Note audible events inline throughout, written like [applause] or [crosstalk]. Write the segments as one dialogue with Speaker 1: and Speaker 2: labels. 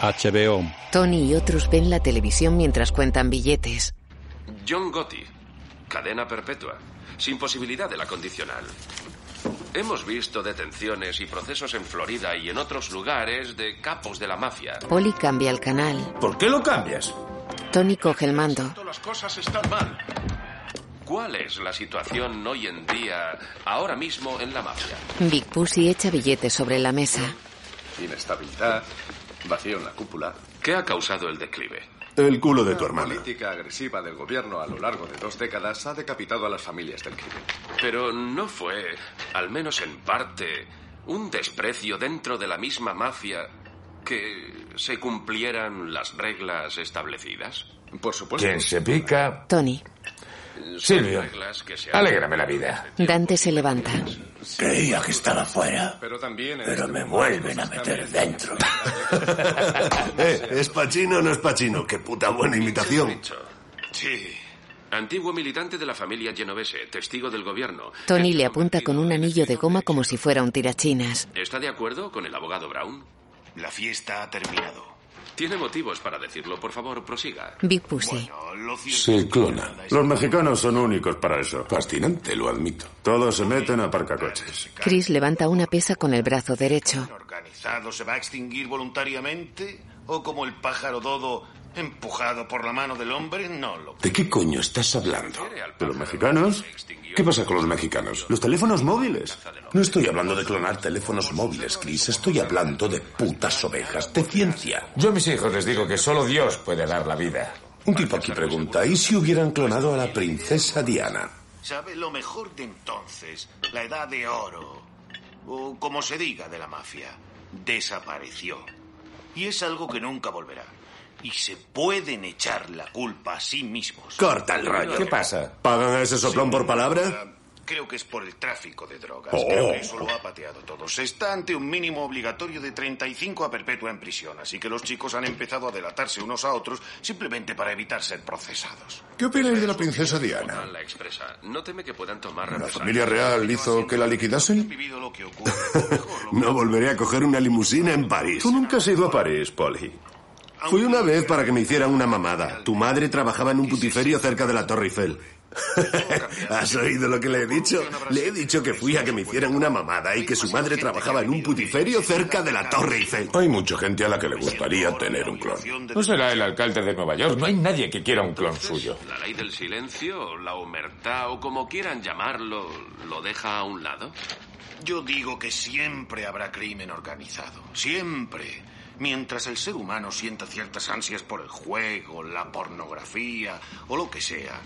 Speaker 1: HBO.
Speaker 2: Tony y otros ven la televisión mientras cuentan billetes.
Speaker 3: John Gotti. Cadena perpetua. Sin posibilidad de la condicional. Hemos visto detenciones y procesos en Florida y en otros lugares de capos de la mafia.
Speaker 2: Polly cambia el canal.
Speaker 4: ¿Por qué lo cambias?
Speaker 2: Tony coge el mando.
Speaker 3: Las cosas están mal. ¿Cuál es la situación hoy en día, ahora mismo en la mafia?
Speaker 2: Big Pussy echa billetes sobre la mesa.
Speaker 3: Inestabilidad, vacío en la cúpula. ¿Qué ha causado el declive?
Speaker 5: El culo de tu hermana.
Speaker 3: política agresiva del gobierno a lo largo de dos décadas ha decapitado a las familias del crimen. Pero no fue, al menos en parte, un desprecio dentro de la misma mafia que se cumplieran las reglas establecidas. Por supuesto.
Speaker 4: Quien se pica.
Speaker 2: Tony.
Speaker 4: Silvio.
Speaker 3: Reglas que se han-
Speaker 4: Alégrame la vida.
Speaker 2: Dante se levanta.
Speaker 6: Creía que estaba fuera,
Speaker 3: Pero también en
Speaker 6: pero
Speaker 3: este
Speaker 6: me
Speaker 3: mundo
Speaker 6: vuelven a
Speaker 3: cosas
Speaker 6: meter
Speaker 3: cambian.
Speaker 6: dentro.
Speaker 5: [laughs] Eh, ¿Es Pachino o no es Pachino? Qué puta buena imitación.
Speaker 3: Dicho. Sí. Antiguo militante de la familia genovese, testigo del gobierno.
Speaker 2: Tony le apunta con un anillo de goma como si fuera un tirachinas.
Speaker 3: ¿Está de acuerdo con el abogado Brown?
Speaker 7: La fiesta ha terminado.
Speaker 3: Tiene motivos para decirlo. Por favor, prosiga.
Speaker 2: Big Pussy.
Speaker 7: No, lo cierto es
Speaker 8: Se
Speaker 7: que
Speaker 8: clona.
Speaker 7: nada es-
Speaker 5: Los mexicanos son únicos para eso.
Speaker 8: Fascinante, lo admito.
Speaker 5: Todos se meten a parcacoches.
Speaker 2: Chris levanta una pesa con el brazo derecho.
Speaker 7: organizado se va a extinguir voluntariamente? ¿O como el pájaro dodo empujado por la mano del hombre? No lo
Speaker 8: ¿De qué coño estás hablando?
Speaker 5: ¿De los mexicanos?
Speaker 8: ¿Qué pasa con los mexicanos?
Speaker 5: Los teléfonos móviles.
Speaker 8: No estoy hablando de clonar teléfonos móviles, Chris. Estoy hablando de putas ovejas, de ciencia.
Speaker 4: Yo a mis hijos les digo que solo Dios puede dar la vida.
Speaker 8: Un tipo aquí pregunta, ¿y si hubieran clonado a la princesa Diana?
Speaker 7: sabe lo mejor de entonces, la edad de oro, o como se diga de la mafia, desapareció. Y es algo que nunca volverá. Y se pueden echar la culpa a sí mismos.
Speaker 5: Corta el rollo.
Speaker 4: ¿Qué pasa?
Speaker 5: ¿Pagan a ese soplón por palabra?
Speaker 7: Creo que es por el tráfico de drogas.
Speaker 5: Oh.
Speaker 7: Creo que eso lo ha pateado todo. Se está ante un mínimo obligatorio de 35 a perpetua en prisión, así que los chicos han empezado a delatarse unos a otros simplemente para evitar ser procesados.
Speaker 5: ¿Qué opináis de la princesa Diana?
Speaker 3: Ah, La expresa. No teme que puedan tomar
Speaker 5: ¿La
Speaker 3: represalias.
Speaker 5: familia real hizo que la
Speaker 7: He
Speaker 5: liquidasen?
Speaker 7: vivido lo que
Speaker 5: [laughs]
Speaker 7: ocurre. Mejor lo-
Speaker 5: No volveré a coger una limusina en París. Tú nunca has ido a París, Polly. Fui una vez para que me hicieran una mamada. Tu madre trabajaba en un putiferio cerca de la Torre Eiffel. [laughs] ¿Has oído lo que le he dicho? Le he dicho que fui a que me hicieran una mamada y que su madre trabajaba en un putiferio cerca de la Torre Eiffel.
Speaker 8: Hay mucha gente a la que le gustaría tener un clon.
Speaker 4: No será el alcalde de Nueva York. No hay nadie que quiera un clon suyo.
Speaker 3: La ley del silencio, la omertá o como quieran llamarlo, ¿lo deja a un lado?
Speaker 7: Yo digo que siempre habrá crimen organizado. Siempre. Mientras el ser humano sienta ciertas ansias por el juego, la pornografía o lo que sea,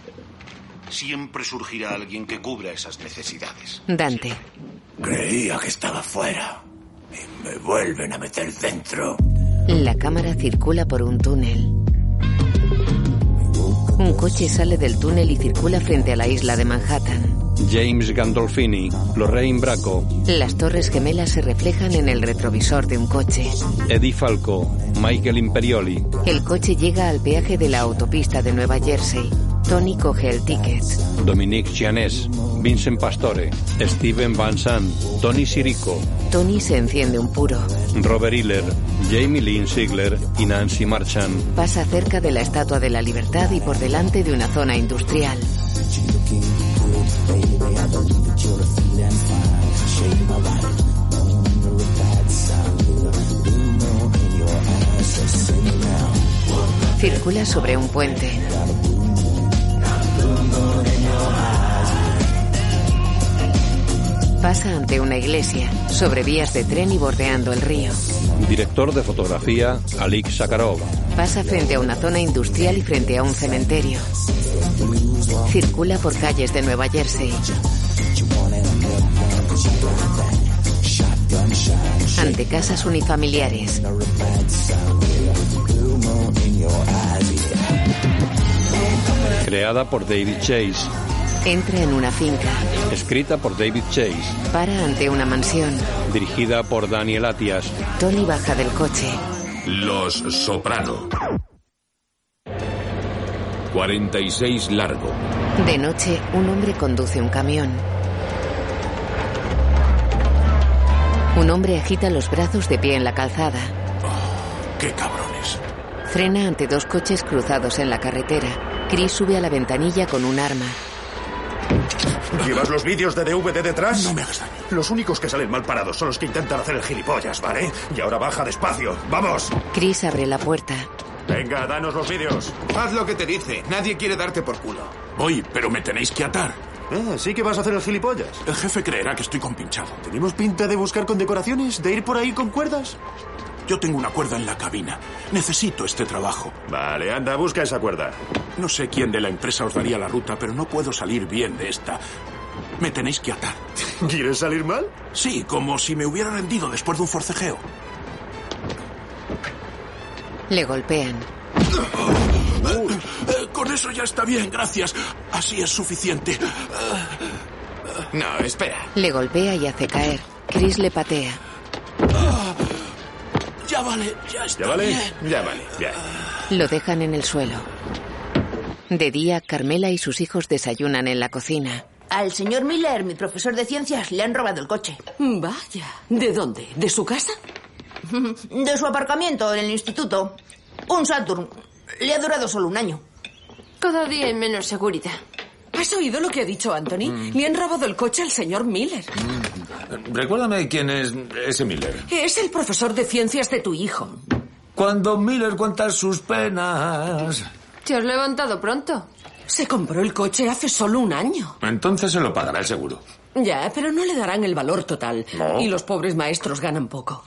Speaker 7: siempre surgirá alguien que cubra esas necesidades.
Speaker 2: Dante.
Speaker 6: Creía que estaba fuera y me vuelven a meter dentro.
Speaker 2: La cámara circula por un túnel. Un coche sale del túnel y circula frente a la isla de Manhattan.
Speaker 1: James Gandolfini, Lorraine Bracco,
Speaker 2: Las torres gemelas se reflejan en el retrovisor de un coche.
Speaker 1: Eddie Falco, Michael Imperioli,
Speaker 2: El coche llega al peaje de la autopista de Nueva Jersey. Tony coge el ticket.
Speaker 1: Dominique Chianés, Vincent Pastore, Steven Van Sant, Tony Sirico,
Speaker 2: Tony se enciende un puro.
Speaker 1: Robert Hiller, Jamie Lynn Sigler y Nancy Marchand.
Speaker 2: Pasa cerca de la Estatua de la Libertad y por delante de una zona industrial. Circula sobre un puente. Pasa ante una iglesia, sobre vías de tren y bordeando el río.
Speaker 1: Director de fotografía, Alik Sakharov.
Speaker 2: Pasa frente a una zona industrial y frente a un cementerio. Circula por calles de Nueva Jersey. Ante casas unifamiliares.
Speaker 1: Creada por David Chase.
Speaker 2: Entra en una finca.
Speaker 1: Escrita por David Chase.
Speaker 2: Para ante una mansión.
Speaker 1: Dirigida por Daniel Atias.
Speaker 2: Tony baja del coche.
Speaker 8: Los Soprano. 46 largo.
Speaker 2: De noche, un hombre conduce un camión. Un hombre agita los brazos de pie en la calzada.
Speaker 6: Qué cabrones.
Speaker 2: Frena ante dos coches cruzados en la carretera. Chris sube a la ventanilla con un arma.
Speaker 8: ¿Llevas los vídeos de DVD detrás? No me hagas daño. Los únicos que salen mal parados son los que intentan hacer el gilipollas, ¿vale? Y ahora baja despacio. ¡Vamos!
Speaker 2: Chris abre la puerta.
Speaker 8: Venga, danos los vídeos.
Speaker 9: Haz lo que te dice. Nadie quiere darte por culo.
Speaker 6: Voy, pero me tenéis que atar.
Speaker 5: Ah, sí que vas a hacer el gilipollas.
Speaker 6: El jefe creerá que estoy compinchado.
Speaker 5: ¿Tenemos pinta de buscar con decoraciones? ¿De ir por ahí con cuerdas?
Speaker 6: Yo tengo una cuerda en la cabina. Necesito este trabajo.
Speaker 5: Vale, anda, busca esa cuerda.
Speaker 6: No sé quién de la empresa os daría la ruta, pero no puedo salir bien de esta. Me tenéis que atar.
Speaker 5: ¿Quieres salir mal?
Speaker 6: Sí, como si me hubiera rendido después de un forcejeo.
Speaker 2: Le golpean.
Speaker 6: Eh, Con eso ya está bien, gracias. Así es suficiente.
Speaker 9: No, espera.
Speaker 2: Le golpea y hace caer. Chris le patea.
Speaker 6: Ya vale, ya está
Speaker 5: ¿Ya vale?
Speaker 6: bien.
Speaker 5: Ya vale. Ya.
Speaker 2: Lo dejan en el suelo. De día, Carmela y sus hijos desayunan en la cocina.
Speaker 10: Al señor Miller, mi profesor de ciencias, le han robado el coche.
Speaker 11: Vaya. ¿De dónde? ¿De su casa?
Speaker 10: De su aparcamiento en el instituto. Un Saturn. Le ha durado solo un año.
Speaker 12: Cada día en menos seguridad.
Speaker 11: ¿Has oído lo que ha dicho Anthony? Le han robado el coche al señor Miller.
Speaker 4: Recuérdame quién es ese Miller.
Speaker 11: Es el profesor de ciencias de tu hijo.
Speaker 4: Cuando Miller cuenta sus penas.
Speaker 12: Te has levantado pronto.
Speaker 11: Se compró el coche hace solo un año.
Speaker 4: Entonces se lo pagará el seguro.
Speaker 11: Ya, pero no le darán el valor total.
Speaker 4: No.
Speaker 11: Y los pobres maestros ganan poco.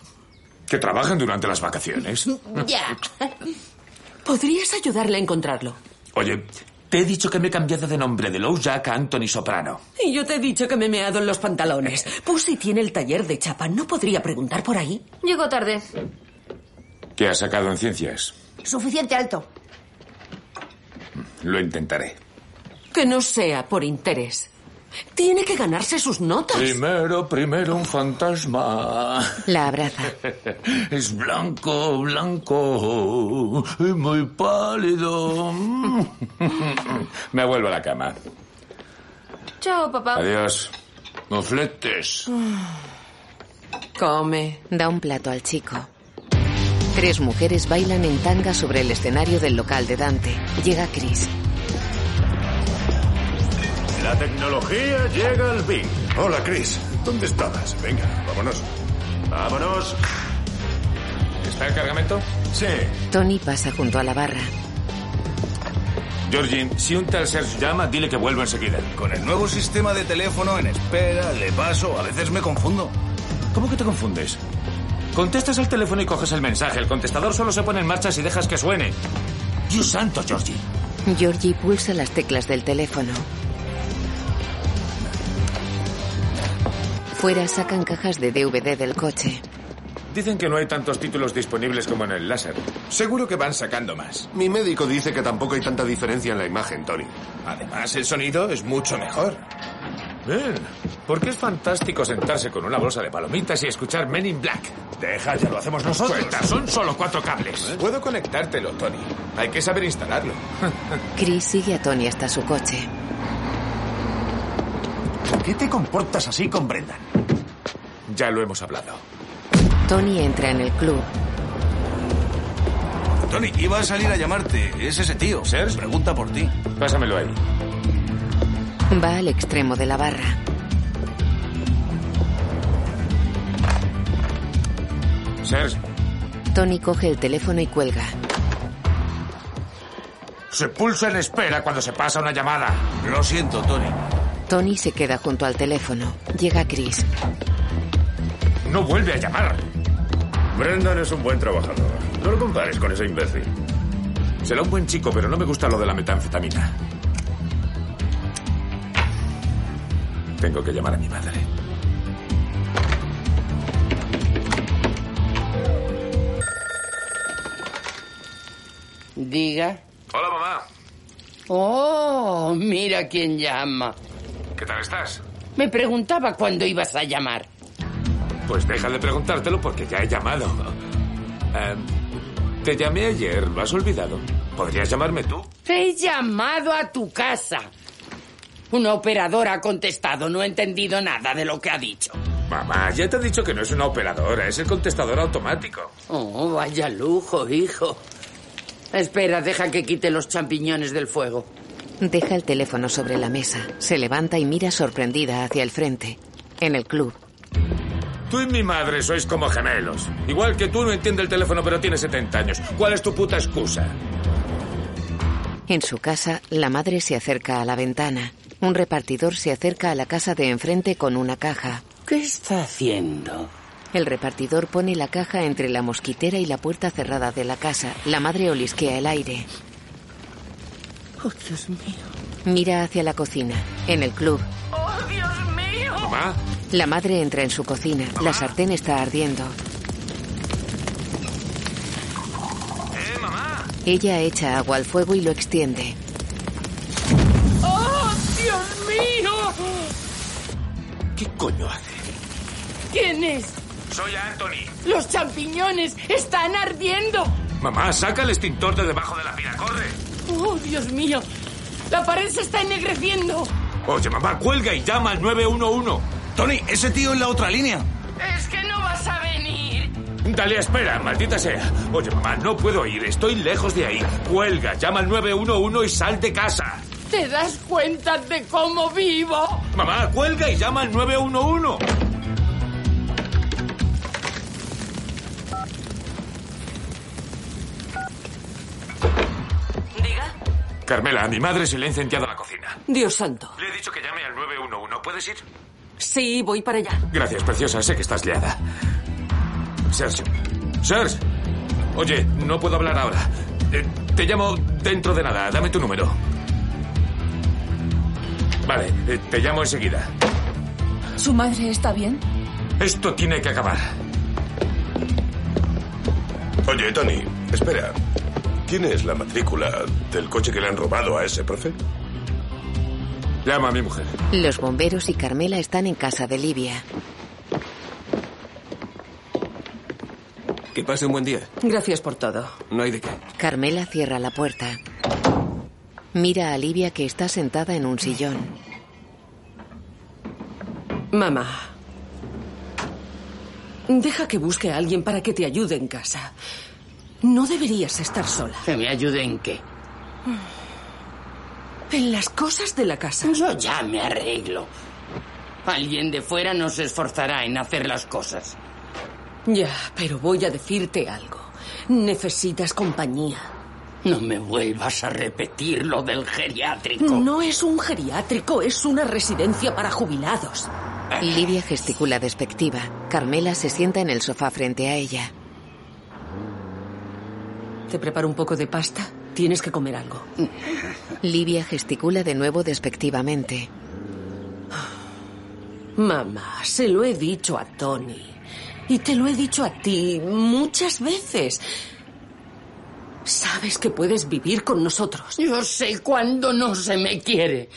Speaker 4: Que trabajen durante las vacaciones.
Speaker 11: Ya. ¿Podrías ayudarle a encontrarlo?
Speaker 4: Oye, te he dicho que me he cambiado de nombre de Low Jack a Anthony Soprano.
Speaker 11: Y yo te he dicho que me he meado en los pantalones. Pussy tiene el taller de chapa. ¿No podría preguntar por ahí?
Speaker 12: Llego tarde.
Speaker 4: ¿Qué has sacado en ciencias?
Speaker 10: Suficiente alto.
Speaker 4: Lo intentaré.
Speaker 11: Que no sea por interés. Tiene que ganarse sus notas.
Speaker 4: Primero, primero un fantasma.
Speaker 2: La abraza.
Speaker 4: Es blanco, blanco y muy pálido. Me vuelvo a la cama.
Speaker 12: Chao, papá.
Speaker 4: Adiós. Mofletes.
Speaker 11: Come.
Speaker 2: Da un plato al chico. Tres mujeres bailan en tanga sobre el escenario del local de Dante. Llega Chris.
Speaker 5: La tecnología llega al fin.
Speaker 8: Hola, Chris. ¿Dónde estabas? Venga, vámonos.
Speaker 5: Vámonos.
Speaker 4: ¿Está el cargamento?
Speaker 8: Sí.
Speaker 2: Tony pasa junto a la barra.
Speaker 4: Georgie, si un tal Serge llama, dile que vuelvo enseguida.
Speaker 9: Con el nuevo sistema de teléfono en espera, le paso, a veces me confundo.
Speaker 4: ¿Cómo que te confundes? Contestas al teléfono y coges el mensaje. El contestador solo se pone en marcha si dejas que suene. Dios santo, Georgie.
Speaker 2: Georgie pulsa las teclas del teléfono. Fuera sacan cajas de DVD del coche.
Speaker 4: Dicen que no hay tantos títulos disponibles como en el láser.
Speaker 9: Seguro que van sacando más.
Speaker 5: Mi médico dice que tampoco hay tanta diferencia en la imagen, Tony.
Speaker 9: Además, el sonido es mucho mejor.
Speaker 4: Bien. Porque es fantástico sentarse con una bolsa de palomitas y escuchar Men in Black.
Speaker 8: Deja, ya lo hacemos nosotros.
Speaker 4: Cuenta, son solo cuatro cables.
Speaker 9: ¿Eh? Puedo conectártelo, Tony. Hay que saber instalarlo.
Speaker 2: Chris sigue a Tony hasta su coche.
Speaker 6: ¿Por qué te comportas así con Brendan?
Speaker 4: Ya lo hemos hablado.
Speaker 2: Tony entra en el club.
Speaker 9: Tony, iba a salir a llamarte. Es ese tío.
Speaker 4: ¿Serge?
Speaker 9: Pregunta por ti.
Speaker 4: Pásamelo ahí.
Speaker 2: Va al extremo de la barra.
Speaker 4: Serge,
Speaker 2: Tony coge el teléfono y cuelga.
Speaker 4: se pulsa en espera cuando se pasa una llamada.
Speaker 9: Lo siento, Tony.
Speaker 2: Tony se queda junto al teléfono. Llega Chris.
Speaker 4: No vuelve a llamar.
Speaker 8: Brendan es un buen trabajador. No lo compares con ese imbécil.
Speaker 4: Será un buen chico, pero no me gusta lo de la metanfetamina. Tengo que llamar a mi madre.
Speaker 13: Diga.
Speaker 3: Hola, mamá.
Speaker 13: Oh, mira quién llama.
Speaker 3: ¿Qué tal estás?
Speaker 13: Me preguntaba cuándo ibas a llamar.
Speaker 4: Pues deja de preguntártelo porque ya he llamado. Eh, te llamé ayer, ¿me has olvidado? ¿Podrías llamarme tú?
Speaker 13: Te he llamado a tu casa. Una operadora ha contestado, no he entendido nada de lo que ha dicho.
Speaker 4: Mamá, ya te he dicho que no es una operadora, es el contestador automático.
Speaker 13: Oh, vaya lujo, hijo. Espera, deja que quite los champiñones del fuego.
Speaker 2: Deja el teléfono sobre la mesa, se levanta y mira sorprendida hacia el frente. En el club,
Speaker 4: Tú y mi madre sois como gemelos. Igual que tú no entiende el teléfono, pero tiene 70 años. ¿Cuál es tu puta excusa?
Speaker 2: en su casa, la madre se acerca a la ventana. Un repartidor se acerca a la casa de enfrente con una caja.
Speaker 13: ¿Qué está haciendo?
Speaker 2: El repartidor pone la caja entre la mosquitera y la puerta cerrada de la casa. La madre olisquea el aire.
Speaker 13: Oh, Dios mío.
Speaker 2: Mira hacia la cocina. En el club,
Speaker 13: Oh, Dios mío.
Speaker 4: Mamá.
Speaker 2: la madre entra en su cocina. La sartén está ardiendo. Ella echa agua al fuego y lo extiende.
Speaker 13: ¡Oh, Dios mío!
Speaker 6: ¿Qué coño hace?
Speaker 13: ¿Quién es?
Speaker 4: Soy Anthony.
Speaker 13: Los champiñones están ardiendo.
Speaker 4: Mamá, saca el extintor de debajo de la pila, corre.
Speaker 13: Oh, Dios mío. La pared se está ennegreciendo.
Speaker 4: Oye, mamá, cuelga y llama al 911. Tony, ese tío en la otra línea.
Speaker 13: Es que no vas a venir.
Speaker 4: Dale, espera, maldita sea. Oye, mamá, no puedo ir, estoy lejos de ahí. Cuelga, llama al 911 y sal de casa.
Speaker 13: ¿Te das cuenta de cómo vivo?
Speaker 4: Mamá, cuelga y llama al 911.
Speaker 11: Diga.
Speaker 4: Carmela, a mi madre se le ha incendiado la cocina.
Speaker 11: Dios santo.
Speaker 4: Le he dicho que llame al 911. ¿Puedes ir?
Speaker 11: Sí, voy para allá.
Speaker 4: Gracias, preciosa. Sé que estás liada. Serge. Serge. Oye, no puedo hablar ahora. Eh, te llamo dentro de nada. Dame tu número. Vale, eh, te llamo enseguida.
Speaker 14: ¿Su madre está bien?
Speaker 4: Esto tiene que acabar.
Speaker 5: Oye, Tony, espera. ¿Quién es la matrícula del coche que le han robado a ese profe?
Speaker 4: Llama a mi mujer.
Speaker 2: Los bomberos y Carmela están en casa de Livia.
Speaker 15: Que pase un buen día.
Speaker 11: Gracias por todo.
Speaker 15: No hay de qué.
Speaker 2: Carmela cierra la puerta. Mira a Livia que está sentada en un sillón.
Speaker 11: Mamá. Deja que busque a alguien para que te ayude en casa. No deberías estar sola.
Speaker 13: ¿Que me ayude en qué?
Speaker 11: En las cosas de la casa.
Speaker 13: Yo ya me arreglo. Alguien de fuera no se esforzará en hacer las cosas.
Speaker 11: Ya, pero voy a decirte algo. Necesitas compañía.
Speaker 13: No me vuelvas a repetir lo del geriátrico.
Speaker 11: No es un geriátrico, es una residencia para jubilados.
Speaker 2: Livia gesticula despectiva. Carmela se sienta en el sofá frente a ella.
Speaker 11: ¿Te preparo un poco de pasta? Tienes que comer algo.
Speaker 2: Livia gesticula de nuevo despectivamente.
Speaker 11: Mamá, se lo he dicho a Tony. Y te lo he dicho a ti muchas veces. Sabes que puedes vivir con nosotros.
Speaker 13: Yo sé cuándo no se me quiere.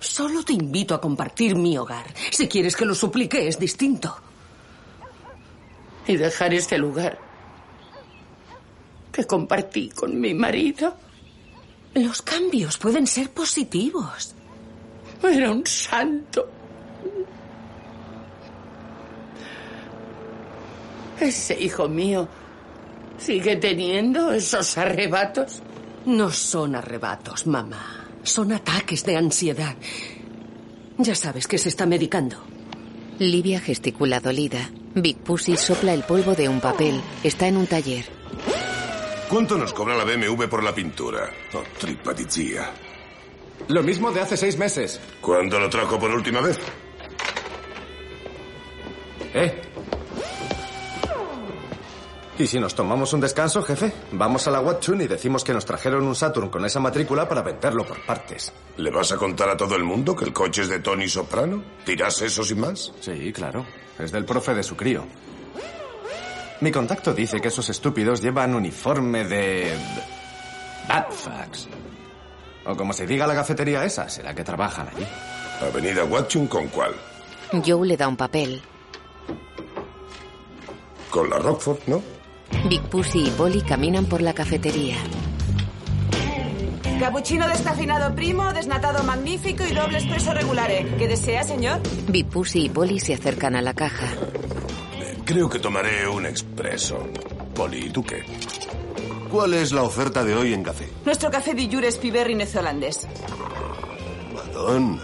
Speaker 11: Solo te invito a compartir mi hogar. Si quieres que lo suplique, es distinto.
Speaker 13: Y dejar este lugar que compartí con mi marido.
Speaker 11: Los cambios pueden ser positivos.
Speaker 13: Era un santo. Ese hijo mío sigue teniendo esos arrebatos.
Speaker 11: No son arrebatos, mamá. Son ataques de ansiedad. Ya sabes que se está medicando.
Speaker 2: Livia gesticula dolida. Big Pussy sopla el polvo de un papel. Está en un taller.
Speaker 5: ¿Cuánto nos cobra la BMW por la pintura? Oh, tripatizia.
Speaker 16: Lo mismo de hace seis meses.
Speaker 5: ¿Cuándo lo trajo por última vez?
Speaker 16: ¿Eh? ¿Y si nos tomamos un descanso, jefe? Vamos a la Watchun y decimos que nos trajeron un Saturn con esa matrícula para venderlo por partes.
Speaker 5: ¿Le vas a contar a todo el mundo que el coche es de Tony Soprano? ¿Tirás eso sin más?
Speaker 16: Sí, claro. Es del profe de su crío. Mi contacto dice que esos estúpidos llevan uniforme de... Batfax. O como se diga la cafetería esa, será que trabajan allí.
Speaker 5: Avenida Watchung con cuál?
Speaker 2: Joe le da un papel.
Speaker 5: Con la Rockford, ¿no?
Speaker 2: Big Pussy y Polly caminan por la cafetería.
Speaker 17: Capuchino destafinado primo, desnatado magnífico y doble expreso regulare. ¿Qué desea, señor?
Speaker 2: Vipusi y Poli se acercan a la caja.
Speaker 5: Creo que tomaré un expreso. Poli, ¿tú qué?
Speaker 7: ¿Cuál es la oferta de hoy en café?
Speaker 17: Nuestro café de Jures Piberri neozelandés.
Speaker 7: Madonna.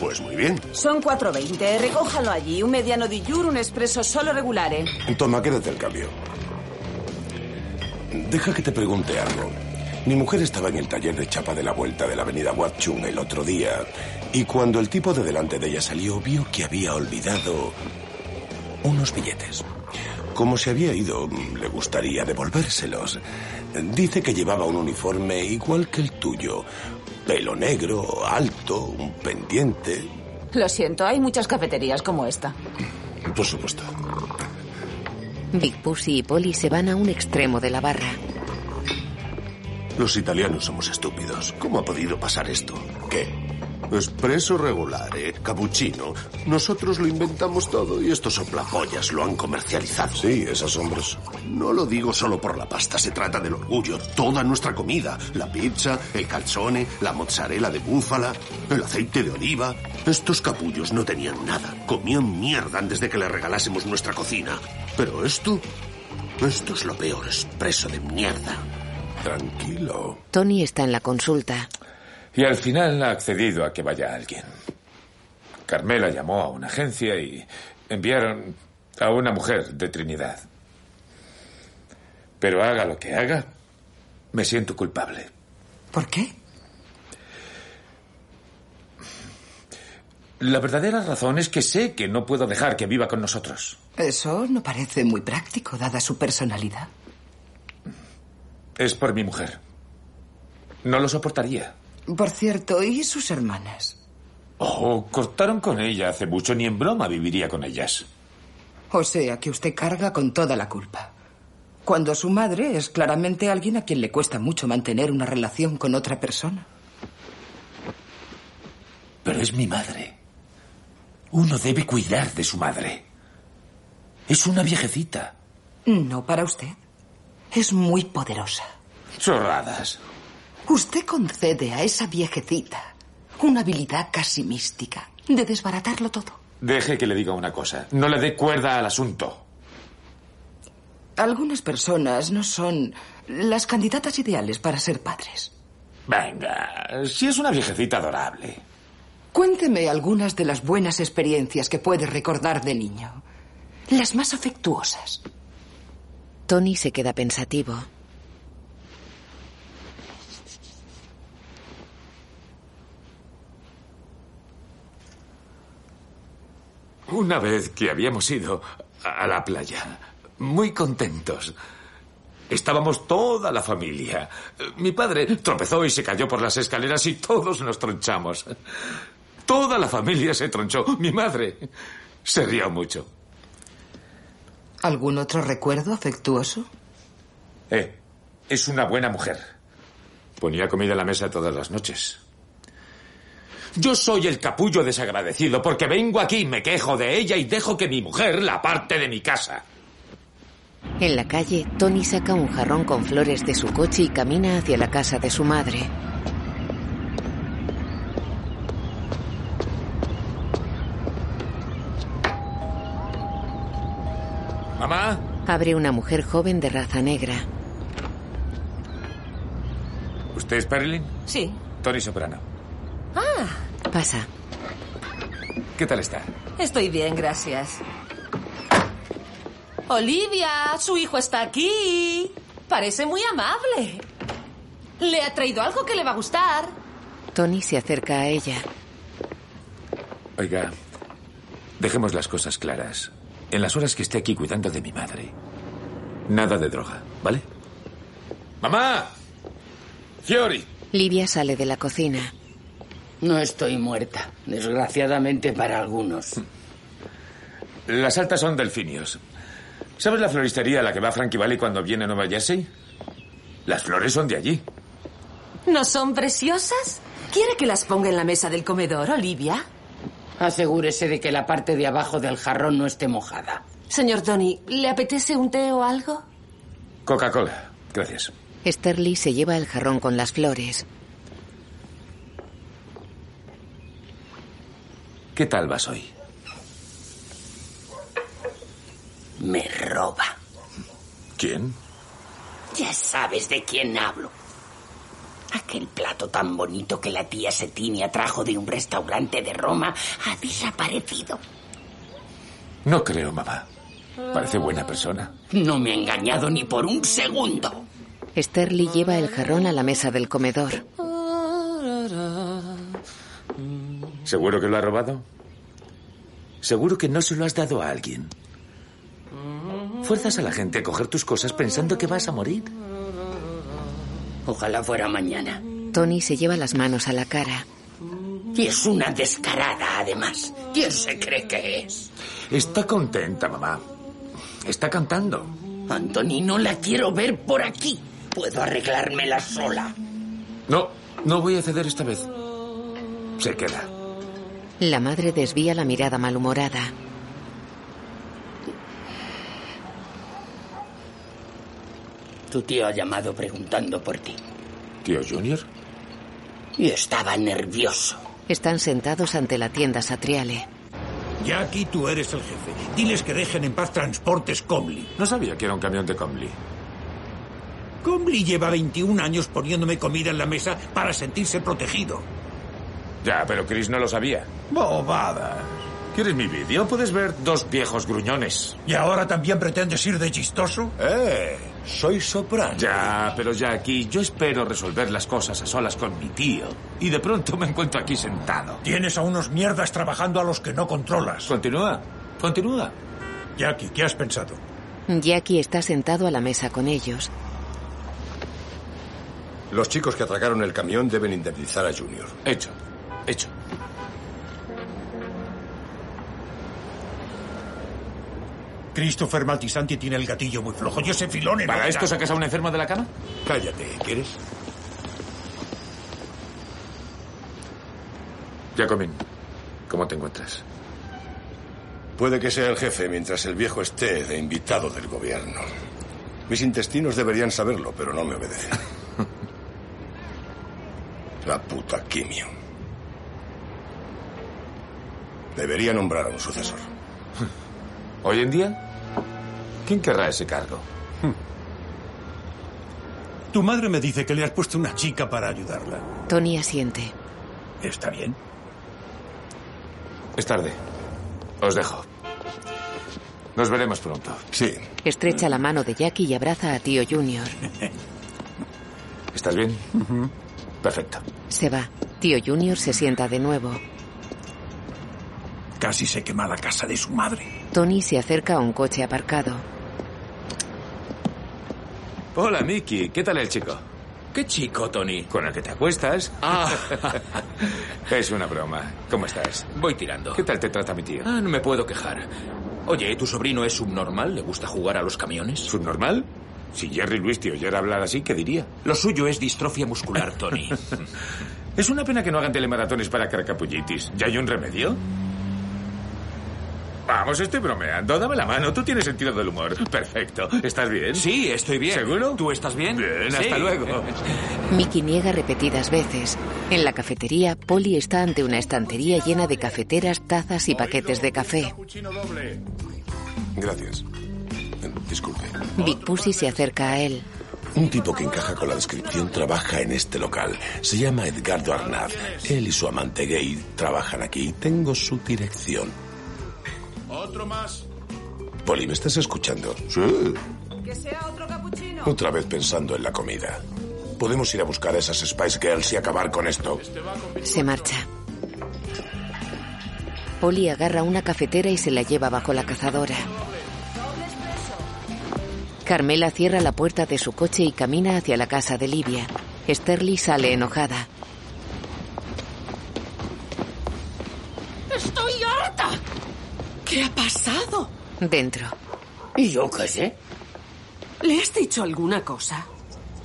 Speaker 7: Pues muy bien.
Speaker 17: Son 4.20. Recójalo allí. Un mediano de Jure, un expreso solo regulare.
Speaker 5: Toma, quédate el cambio. Deja que te pregunte algo. Mi mujer estaba en el taller de chapa de la vuelta de la avenida Watchung el otro día y cuando el tipo de delante de ella salió vio que había olvidado unos billetes. Como se había ido, le gustaría devolvérselos. Dice que llevaba un uniforme igual que el tuyo. Pelo negro, alto, un pendiente.
Speaker 17: Lo siento, hay muchas cafeterías como esta.
Speaker 5: Por supuesto.
Speaker 2: Big Pussy y Polly se van a un extremo de la barra.
Speaker 7: Los italianos somos estúpidos. ¿Cómo ha podido pasar esto?
Speaker 5: ¿Qué?
Speaker 7: Espresso regular, ¿eh? Capuchino. Nosotros lo inventamos todo y estos soplapollas lo han comercializado.
Speaker 5: Sí, es asombroso.
Speaker 7: No lo digo solo por la pasta, se trata del orgullo. Toda nuestra comida, la pizza, el calzone, la mozzarella de búfala, el aceite de oliva. Estos capullos no tenían nada. Comían mierda antes de que les regalásemos nuestra cocina. Pero esto... Esto es lo peor, expreso de mierda.
Speaker 5: Tranquilo.
Speaker 2: Tony está en la consulta.
Speaker 4: Y al final ha accedido a que vaya alguien. Carmela llamó a una agencia y enviaron a una mujer de Trinidad. Pero haga lo que haga, me siento culpable.
Speaker 11: ¿Por qué?
Speaker 4: La verdadera razón es que sé que no puedo dejar que viva con nosotros.
Speaker 11: Eso no parece muy práctico, dada su personalidad.
Speaker 4: Es por mi mujer. No lo soportaría.
Speaker 11: Por cierto, ¿y sus hermanas?
Speaker 4: Oh, cortaron con ella hace mucho, ni en broma viviría con ellas.
Speaker 11: O sea, que usted carga con toda la culpa. Cuando su madre es claramente alguien a quien le cuesta mucho mantener una relación con otra persona.
Speaker 4: Pero es mi madre. Uno debe cuidar de su madre. Es una viejecita.
Speaker 11: No para usted. Es muy poderosa.
Speaker 4: Chorradas.
Speaker 11: Usted concede a esa viejecita una habilidad casi mística de desbaratarlo todo.
Speaker 4: Deje que le diga una cosa. No le dé cuerda al asunto.
Speaker 11: Algunas personas no son las candidatas ideales para ser padres.
Speaker 4: Venga, si es una viejecita adorable.
Speaker 11: Cuénteme algunas de las buenas experiencias que puede recordar de niño. Las más afectuosas.
Speaker 2: Tony se queda pensativo.
Speaker 4: Una vez que habíamos ido a la playa, muy contentos. Estábamos toda la familia. Mi padre tropezó y se cayó por las escaleras y todos nos tronchamos. Toda la familia se tronchó. Mi madre se rió mucho.
Speaker 11: ¿Algún otro recuerdo afectuoso?
Speaker 4: Eh, es una buena mujer. Ponía comida en la mesa todas las noches. Yo soy el capullo desagradecido porque vengo aquí, me quejo de ella y dejo que mi mujer la parte de mi casa.
Speaker 2: En la calle, Tony saca un jarrón con flores de su coche y camina hacia la casa de su madre.
Speaker 4: Mamá,
Speaker 2: Abre una mujer joven de raza negra.
Speaker 4: ¿usted es Perlin?
Speaker 17: Sí.
Speaker 4: Tony Soprano.
Speaker 17: Ah,
Speaker 2: Pasa.
Speaker 4: ¿Qué tal está?
Speaker 17: estoy bien, gracias. Olivia, su hijo está aquí. Parece muy amable. Le ha traído algo que le va a gustar.
Speaker 2: Tony se acerca a ella.
Speaker 4: Oiga, dejemos las cosas claras. En las horas que esté aquí cuidando de mi madre, nada de droga, ¿vale? ¡Mamá! ¡Fiori!
Speaker 2: Livia sale de la cocina.
Speaker 13: No estoy muerta, desgraciadamente para algunos.
Speaker 11: Mm.
Speaker 4: Las altas son delfinios. ¿Sabes la floristería a la que va Frankie Valley cuando viene a Nueva Jersey? Las flores son de allí.
Speaker 17: ¿No son preciosas? ¿Quiere que las ponga en la mesa del comedor, Olivia?
Speaker 13: Asegúrese de que la parte de abajo del jarrón no esté mojada.
Speaker 17: Señor Tony, ¿le apetece un té o algo?
Speaker 4: Coca-Cola. Gracias.
Speaker 2: Sterling se lleva el jarrón con las flores.
Speaker 4: ¿Qué tal vas hoy?
Speaker 13: Me roba.
Speaker 4: ¿Quién?
Speaker 13: Ya sabes de quién hablo. Aquel plato tan bonito que la tía Setini atrajo de un restaurante de Roma ha desaparecido.
Speaker 4: No creo, mamá. Parece buena persona.
Speaker 13: No me ha engañado ni por un segundo.
Speaker 2: Sterling lleva el jarrón a la mesa del comedor.
Speaker 4: ¿Seguro que lo ha robado? ¿Seguro que no se lo has dado a alguien? Fuerzas a la gente a coger tus cosas pensando que vas a morir.
Speaker 13: Ojalá fuera mañana.
Speaker 2: Tony se lleva las manos a la cara.
Speaker 13: Y es una descarada, además. ¿Quién se cree que es?
Speaker 4: Está contenta, mamá. Está cantando.
Speaker 13: Anthony, no la quiero ver por aquí. Puedo arreglármela sola.
Speaker 4: No, no voy a ceder esta vez. Se queda.
Speaker 2: La madre desvía la mirada malhumorada.
Speaker 13: Tu tío ha llamado preguntando por ti.
Speaker 4: ¿Tío Junior?
Speaker 13: Y estaba nervioso.
Speaker 2: Están sentados ante la tienda Satriale.
Speaker 7: Jackie, tú eres el jefe. Diles que dejen en paz Transportes Comley.
Speaker 4: No sabía que era un camión de Comley.
Speaker 7: Comley lleva 21 años poniéndome comida en la mesa para sentirse protegido.
Speaker 4: Ya, pero Chris no lo sabía. Bobada. ¿Quieres mi vídeo? Puedes ver dos viejos gruñones.
Speaker 7: ¿Y ahora ¿Ah, también pretendes ir de chistoso?
Speaker 4: ¡Eh! Soy soprano. Ya, pero ya aquí yo espero resolver las cosas a solas con mi tío. Y de pronto me encuentro aquí sentado.
Speaker 7: Tienes a unos mierdas trabajando a los que no controlas.
Speaker 4: Continúa, continúa.
Speaker 7: Jackie, ¿qué has pensado?
Speaker 2: Jackie está sentado a la mesa con ellos.
Speaker 18: Los chicos que atracaron el camión deben indemnizar a Junior.
Speaker 4: Hecho, hecho.
Speaker 7: Christopher Maltisanti tiene el gatillo muy flojo. Yo sé filón en
Speaker 4: ¿Para
Speaker 7: la
Speaker 4: esto
Speaker 7: cara.
Speaker 4: sacas a un enfermo de la cama?
Speaker 18: Cállate, ¿quieres?
Speaker 4: Jacobin, ¿cómo te encuentras?
Speaker 18: Puede que sea el jefe mientras el viejo esté de invitado del gobierno. Mis intestinos deberían saberlo, pero no me [laughs] obedecen. La puta quimio. Debería nombrar a un sucesor.
Speaker 4: ¿Hoy en día? ¿Quién querrá ese cargo?
Speaker 7: Tu madre me dice que le has puesto una chica para ayudarla.
Speaker 2: Tony asiente.
Speaker 7: ¿Está bien?
Speaker 4: Es tarde. Os dejo. Nos veremos pronto.
Speaker 18: Sí.
Speaker 2: Estrecha la mano de Jackie y abraza a tío Junior.
Speaker 4: ¿Estás bien? Perfecto.
Speaker 2: Se va. Tío Junior se sienta de nuevo.
Speaker 7: Casi se quema la casa de su madre.
Speaker 2: Tony se acerca a un coche aparcado.
Speaker 4: Hola, Mickey. ¿Qué tal el chico? ¿Qué chico, Tony? ¿Con el que te acuestas? Ah. [laughs] es una broma. ¿Cómo estás?
Speaker 19: Voy tirando.
Speaker 4: ¿Qué tal te trata mi tío?
Speaker 19: Ah, no me puedo quejar. Oye, ¿tu sobrino es subnormal? ¿Le gusta jugar a los camiones?
Speaker 4: ¿Subnormal? Si Jerry Luis te oyera hablar así, ¿qué diría?
Speaker 19: Lo suyo es distrofia muscular, Tony.
Speaker 4: [laughs] Es una pena que no hagan telemaratones para carcapullitis. ¿Ya hay un remedio? Vamos, estoy bromeando. Dame la mano. Tú tienes sentido del humor. Perfecto. ¿Estás bien?
Speaker 19: Sí, estoy bien.
Speaker 4: ¿Seguro?
Speaker 19: ¿Tú estás bien?
Speaker 4: Bien,
Speaker 19: Sí.
Speaker 4: hasta [laughs] luego.
Speaker 2: Mickey niega repetidas veces. En la cafetería, Polly está ante una estantería llena de cafeteras, tazas y paquetes de café.
Speaker 5: Gracias. Eh, Disculpe.
Speaker 2: Big Pussy se acerca a él.
Speaker 5: Un tipo que encaja con la descripción trabaja en este local. Se llama Edgardo Arnaz. Él y su amante gay trabajan aquí. Tengo su dirección.
Speaker 20: Otro más.
Speaker 5: Poli, ¿me estás escuchando? Sí.
Speaker 20: Que sea otro capuchino.
Speaker 5: Otra vez pensando en la comida. Podemos ir a buscar a esas Spice Girls y acabar con esto.
Speaker 2: Se marcha. Polly agarra una cafetera y se la lleva bajo la cazadora. Carmela cierra la puerta de su coche y camina hacia la casa de Livia. Sterling sale enojada.
Speaker 11: ¡Estoy harta! ¿Qué ha pasado?
Speaker 2: Dentro.
Speaker 13: ¿Y yo qué sé?
Speaker 11: ¿Le has dicho alguna cosa?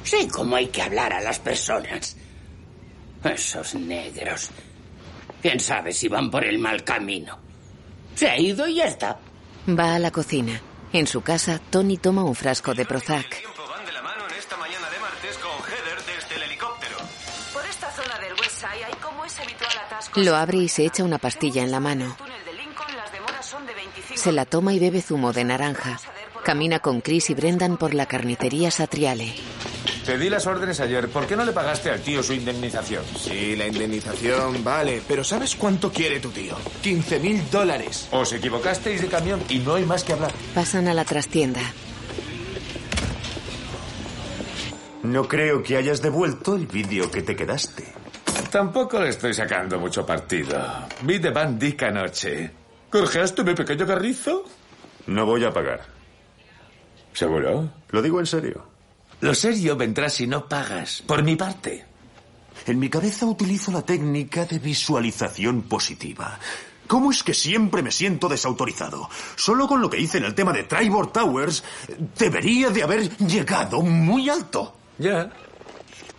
Speaker 13: Sí, cómo hay que hablar a las personas. Esos negros. ¿Quién sabe si van por el mal camino? Se ha ido y ya está.
Speaker 2: Va a la cocina. En su casa, Tony toma un frasco de Prozac.
Speaker 3: Van de la mano en esta mañana de martes
Speaker 2: Lo abre y se echa una pastilla en la mano. Se la toma y bebe zumo de naranja. Camina con Chris y Brendan por la carnicería Satriale.
Speaker 4: Te di las órdenes ayer. ¿Por qué no le pagaste al tío su indemnización?
Speaker 21: Sí, la indemnización, vale. Pero ¿sabes cuánto quiere tu tío? 15 mil dólares.
Speaker 4: Os equivocasteis de camión y no hay más que hablar.
Speaker 2: Pasan a la trastienda.
Speaker 5: No creo que hayas devuelto el vídeo que te quedaste.
Speaker 4: Tampoco le estoy sacando mucho partido. Vi de Van Dyck anoche. ¿Corgeaste mi pequeño carrizo?
Speaker 5: No voy a pagar.
Speaker 4: ¿Seguro?
Speaker 5: Lo digo en serio.
Speaker 4: Lo serio vendrá si no pagas. Por mi parte.
Speaker 5: En mi cabeza utilizo la técnica de visualización positiva. ¿Cómo es que siempre me siento desautorizado? Solo con lo que hice en el tema de Tribor Towers, debería de haber llegado muy alto.
Speaker 4: Ya.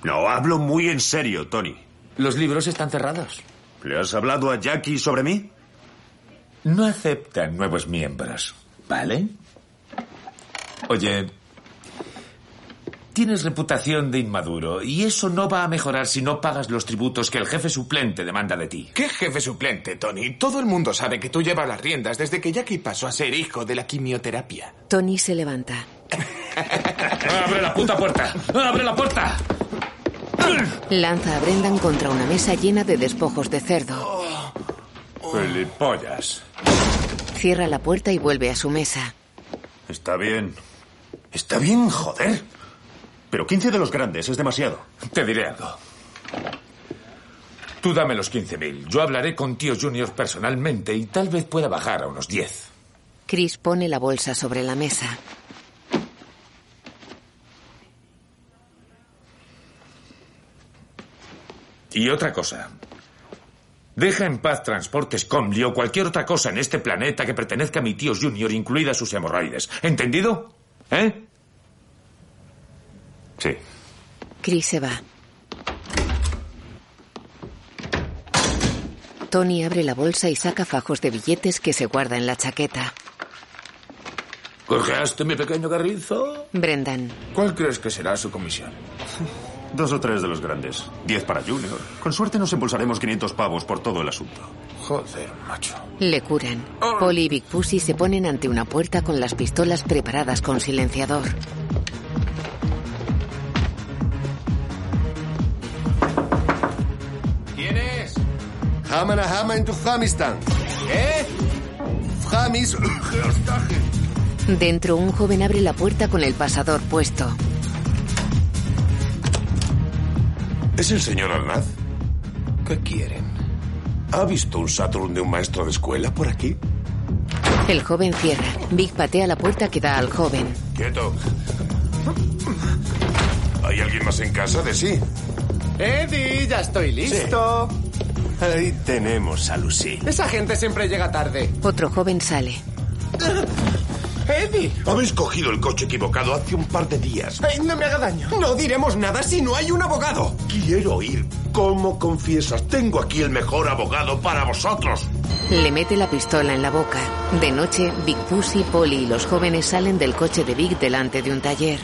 Speaker 5: No, ah, hablo muy en serio, Tony.
Speaker 4: Los libros están cerrados.
Speaker 5: ¿Le has hablado a Jackie sobre mí?
Speaker 4: No aceptan nuevos miembros, ¿vale? Oye, tienes reputación de inmaduro y eso no va a mejorar si no pagas los tributos que el jefe suplente demanda de ti.
Speaker 21: ¿Qué jefe suplente, Tony? Todo el mundo sabe que tú llevas las riendas desde que Jackie pasó a ser hijo de la quimioterapia.
Speaker 2: Tony se levanta.
Speaker 4: ¡Abre la puta puerta! ¡Abre la puerta!
Speaker 2: Lanza a Brendan contra una mesa llena de despojos de cerdo.
Speaker 21: Oh.
Speaker 4: Pelipollas.
Speaker 2: Cierra la puerta y vuelve a su mesa.
Speaker 5: Está bien. Está bien, joder. Pero 15 de los grandes es demasiado.
Speaker 4: Te diré algo. Tú dame los 15.000. Yo hablaré con tíos juniors personalmente y tal vez pueda bajar a unos 10.
Speaker 2: Chris pone la bolsa sobre la mesa.
Speaker 4: Y otra cosa. Deja en paz Transportes Comli o cualquier otra cosa en este planeta que pertenezca a mi tío Junior, incluidas sus hemorroides. ¿Entendido? ¿Eh?
Speaker 5: Sí.
Speaker 2: Chris se va. Tony abre la bolsa y saca fajos de billetes que se guarda en la chaqueta.
Speaker 22: ¿Corgeaste mi pequeño carrizo?
Speaker 2: Brendan.
Speaker 22: ¿Cuál crees que será su comisión?
Speaker 5: Dos o tres de los grandes. Diez para Junior. Con suerte nos embolsaremos 500 pavos por todo el asunto.
Speaker 22: Joder, macho.
Speaker 2: Le curan. Polly y Big Pussy se ponen ante una puerta con las pistolas preparadas con silenciador.
Speaker 22: ¿Quién es?
Speaker 7: Haman a Haman tu Hamistan.
Speaker 22: ¿Eh?
Speaker 7: Hamis.
Speaker 2: Dentro, un joven abre la puerta con el pasador puesto.
Speaker 7: ¿Es el señor Arnaz?
Speaker 22: ¿Qué quieren?
Speaker 7: ¿Ha visto un Saturn de un maestro de escuela por aquí?
Speaker 2: El joven cierra. Big patea la puerta que da al joven.
Speaker 7: Quieto. ¿Hay alguien más en casa de sí?
Speaker 23: Eddie, ya estoy listo.
Speaker 5: Ahí tenemos a Lucy.
Speaker 23: Esa gente siempre llega tarde.
Speaker 2: Otro joven sale.
Speaker 23: Eddie.
Speaker 7: Habéis cogido el coche equivocado hace un par de días.
Speaker 23: Ey, no me haga daño. No diremos nada si no hay un abogado.
Speaker 7: Quiero oír cómo confiesas. Tengo aquí el mejor abogado para vosotros.
Speaker 2: Le mete la pistola en la boca. De noche, Big Pussy, Polly y los jóvenes salen del coche de Big delante de un taller.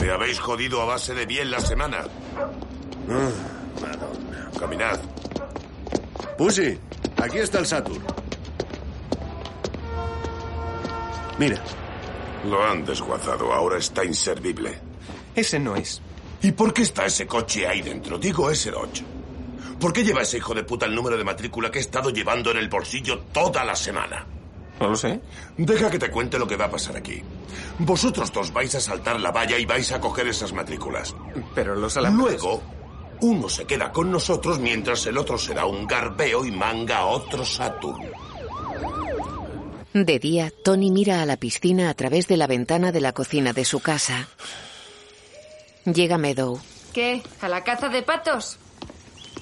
Speaker 7: Me habéis jodido a base de bien la semana. Ah, Madonna. Caminad.
Speaker 5: Pussy, aquí está el Saturn. Mira.
Speaker 7: Lo han desguazado, ahora está inservible.
Speaker 23: Ese no es.
Speaker 7: ¿Y por qué está ese coche ahí dentro? Digo, es el 8. ¿Por qué lleva ese hijo de puta el número de matrícula que he estado llevando en el bolsillo toda la semana?
Speaker 22: No lo sé.
Speaker 7: Deja que te cuente lo que va a pasar aquí. Vosotros dos vais a saltar la valla y vais a coger esas matrículas.
Speaker 23: Pero los
Speaker 7: Luego, uno se queda con nosotros mientras el otro será un garbeo y manga a otro Saturn.
Speaker 2: De día, Tony mira a la piscina a través de la ventana de la cocina de su casa. Llega Meadow.
Speaker 24: ¿Qué? ¿A la caza de patos?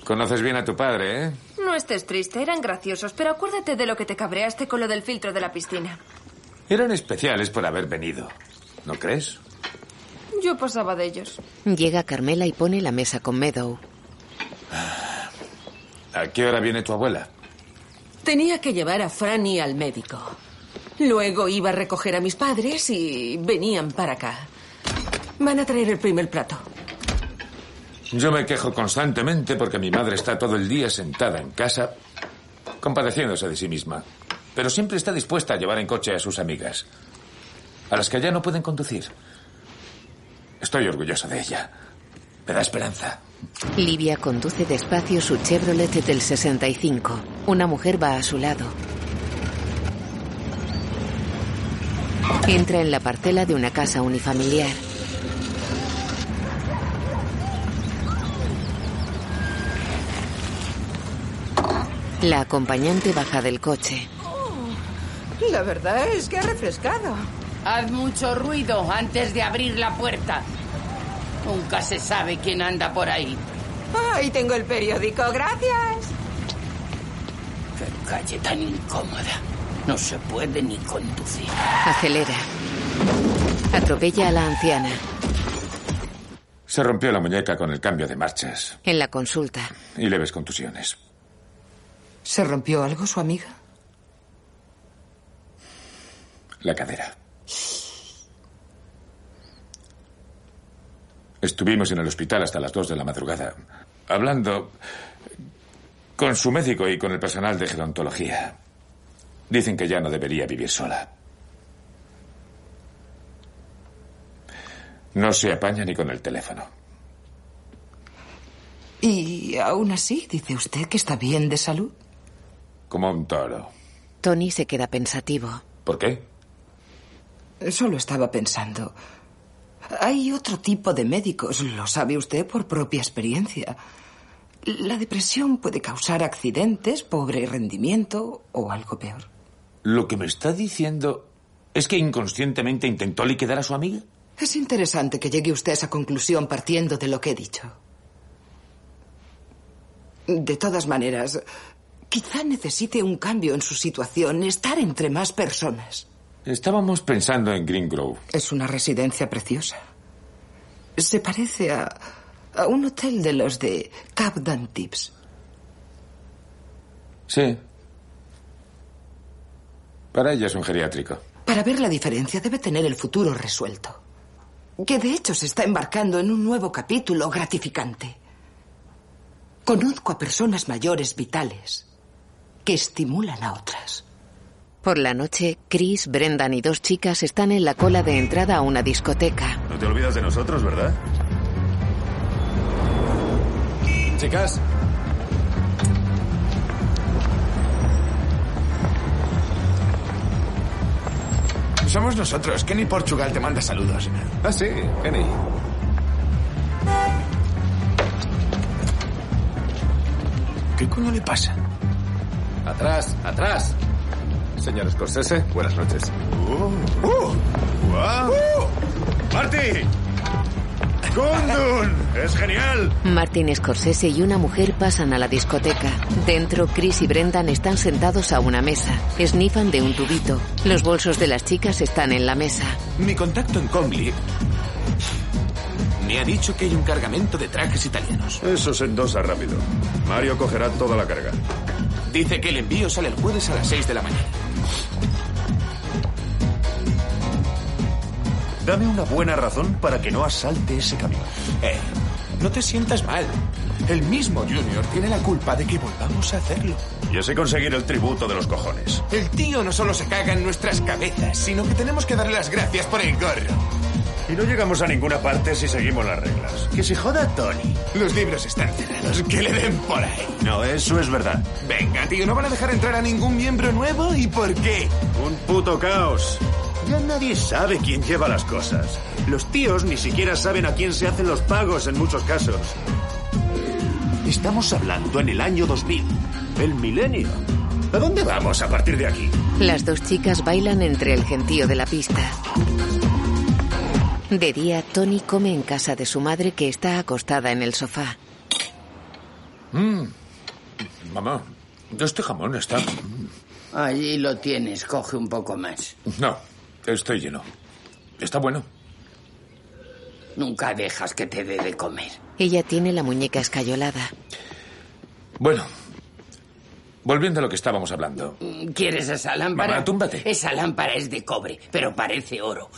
Speaker 4: Conoces bien a tu padre, ¿eh?
Speaker 24: No estés triste, eran graciosos, pero acuérdate de lo que te cabreaste con lo del filtro de la piscina.
Speaker 4: Eran especiales por haber venido. ¿No crees?
Speaker 24: Yo pasaba de ellos.
Speaker 2: Llega Carmela y pone la mesa con Meadow.
Speaker 4: ¿A qué hora viene tu abuela?
Speaker 11: Tenía que llevar a Franny al médico. Luego iba a recoger a mis padres y venían para acá. Van a traer el primer plato.
Speaker 4: Yo me quejo constantemente porque mi madre está todo el día sentada en casa, compadeciéndose de sí misma. Pero siempre está dispuesta a llevar en coche a sus amigas, a las que ya no pueden conducir. Estoy orgulloso de ella. Me da esperanza.
Speaker 2: Livia conduce despacio su Chevrolet del 65. Una mujer va a su lado. Entra en la parcela de una casa unifamiliar. La acompañante baja del coche.
Speaker 25: La verdad es que ha refrescado.
Speaker 26: Haz mucho ruido antes de abrir la puerta. Nunca se sabe quién anda por ahí.
Speaker 25: Ahí tengo el periódico, gracias.
Speaker 26: Qué calle tan incómoda. No se puede ni conducir.
Speaker 2: Acelera. Atropella a la anciana.
Speaker 4: Se rompió la muñeca con el cambio de marchas
Speaker 2: En la consulta,
Speaker 4: y leves contusiones.
Speaker 13: ¿Se rompió algo su amiga?
Speaker 4: La cadera. Estuvimos en el hospital hasta las 2 de la madrugada, hablando con su médico y con el personal de gerontología. Dicen que ya no debería vivir sola. No se apaña ni con el teléfono.
Speaker 13: Y aún así, dice usted que está bien de salud.
Speaker 4: Como un toro.
Speaker 2: Tony se queda pensativo.
Speaker 4: ¿Por qué?
Speaker 13: Solo estaba pensando. Hay otro tipo de médicos, lo sabe usted por propia experiencia. La depresión puede causar accidentes, pobre rendimiento o algo peor.
Speaker 4: Lo que me está diciendo es que inconscientemente intentó liquidar a su amiga.
Speaker 13: Es interesante que llegue usted a esa conclusión partiendo de lo que he dicho. De todas maneras, quizá necesite un cambio en su situación, estar entre más personas.
Speaker 4: Estábamos pensando en Greengrove.
Speaker 13: Es una residencia preciosa. Se parece a, a un hotel de los de Capdan Tips.
Speaker 4: Sí. Para ella es un geriátrico.
Speaker 13: Para ver la diferencia debe tener el futuro resuelto. Que de hecho se está embarcando en un nuevo capítulo gratificante. Conozco a personas mayores vitales que estimulan a otras.
Speaker 2: Por la noche, Chris, Brendan y dos chicas están en la cola de entrada a una discoteca.
Speaker 27: No te olvidas de nosotros, ¿verdad?
Speaker 28: Chicas,
Speaker 29: Somos nosotros. Kenny Portugal te manda saludos.
Speaker 28: Ah, sí, Kenny.
Speaker 29: ¿Qué coño le pasa?
Speaker 28: Atrás, atrás. Señor Scorsese, buenas noches.
Speaker 5: ¡Guau! ¡Marty! ¡Kundun! ¡Es genial!
Speaker 2: Martin Scorsese y una mujer pasan a la discoteca. Dentro, Chris y Brendan están sentados a una mesa. Snifan de un tubito. Los bolsos de las chicas están en la mesa.
Speaker 7: Mi contacto en Comley me ha dicho que hay un cargamento de trajes italianos.
Speaker 5: Eso se endosa rápido. Mario cogerá toda la carga.
Speaker 7: Dice que el envío sale el jueves a las 6 de la mañana.
Speaker 29: Dame una buena razón para que no asalte ese camión.
Speaker 7: Eh, no te sientas mal. El mismo Junior tiene la culpa de que volvamos a hacerlo.
Speaker 5: Yo sé conseguir el tributo de los cojones.
Speaker 7: El tío no solo se caga en nuestras cabezas, sino que tenemos que darle las gracias por el gorro.
Speaker 5: Y no llegamos a ninguna parte si seguimos las reglas.
Speaker 7: Que se joda Tony. Los libros están cerrados. Que le den por ahí.
Speaker 5: No, eso es verdad.
Speaker 7: Venga, tío, no van a dejar entrar a ningún miembro nuevo. ¿Y por qué?
Speaker 5: Un puto caos. Ya nadie sabe quién lleva las cosas. Los tíos ni siquiera saben a quién se hacen los pagos en muchos casos. Estamos hablando en el año 2000, el milenio. ¿A dónde vamos a partir de aquí?
Speaker 2: Las dos chicas bailan entre el gentío de la pista. De día, Tony come en casa de su madre que está acostada en el sofá.
Speaker 4: Mm. Mamá, este jamón está. Mm.
Speaker 26: Allí lo tienes, coge un poco más.
Speaker 4: No, estoy lleno. Está bueno.
Speaker 26: Nunca dejas que te dé de comer.
Speaker 2: Ella tiene la muñeca escayolada.
Speaker 4: Bueno, volviendo a lo que estábamos hablando.
Speaker 26: ¿Quieres esa lámpara?
Speaker 4: Mamá, túmbate.
Speaker 26: Esa lámpara es de cobre, pero parece oro.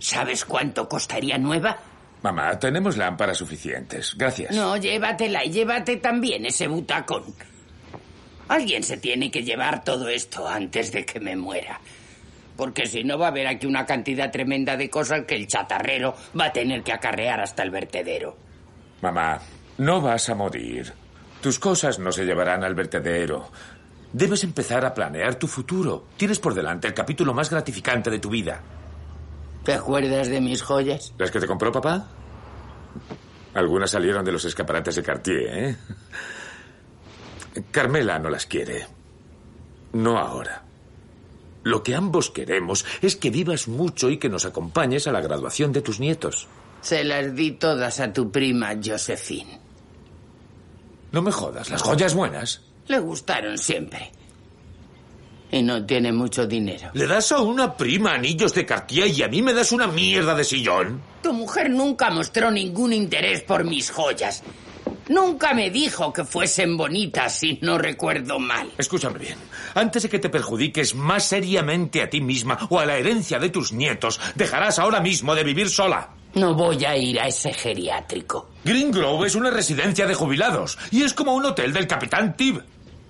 Speaker 26: ¿Sabes cuánto costaría nueva?
Speaker 4: Mamá, tenemos lámparas suficientes. Gracias.
Speaker 13: No, llévatela y llévate también ese butacón. Alguien se tiene que llevar todo esto antes de que me muera. Porque si no va a haber aquí una cantidad tremenda de cosas que el chatarrero va a tener que acarrear hasta el vertedero.
Speaker 4: Mamá, no vas a morir. Tus cosas no se llevarán al vertedero. Debes empezar a planear tu futuro. Tienes por delante el capítulo más gratificante de tu vida.
Speaker 13: ¿Te acuerdas de mis joyas?
Speaker 4: ¿Las que te compró papá? Algunas salieron de los escaparates de Cartier, ¿eh? Carmela no las quiere. No ahora. Lo que ambos queremos es que vivas mucho y que nos acompañes a la graduación de tus nietos.
Speaker 13: Se las di todas a tu prima Josephine.
Speaker 4: No me jodas, las joyas buenas.
Speaker 13: Le gustaron siempre. Y no tiene mucho dinero.
Speaker 4: Le das a una prima anillos de Cartier y a mí me das una mierda de sillón.
Speaker 13: Tu mujer nunca mostró ningún interés por mis joyas. Nunca me dijo que fuesen bonitas, si no recuerdo mal.
Speaker 4: Escúchame bien. Antes de que te perjudiques más seriamente a ti misma o a la herencia de tus nietos, dejarás ahora mismo de vivir sola.
Speaker 13: No voy a ir a ese geriátrico.
Speaker 4: Greengrove es una residencia de jubilados y es como un hotel del capitán Tib.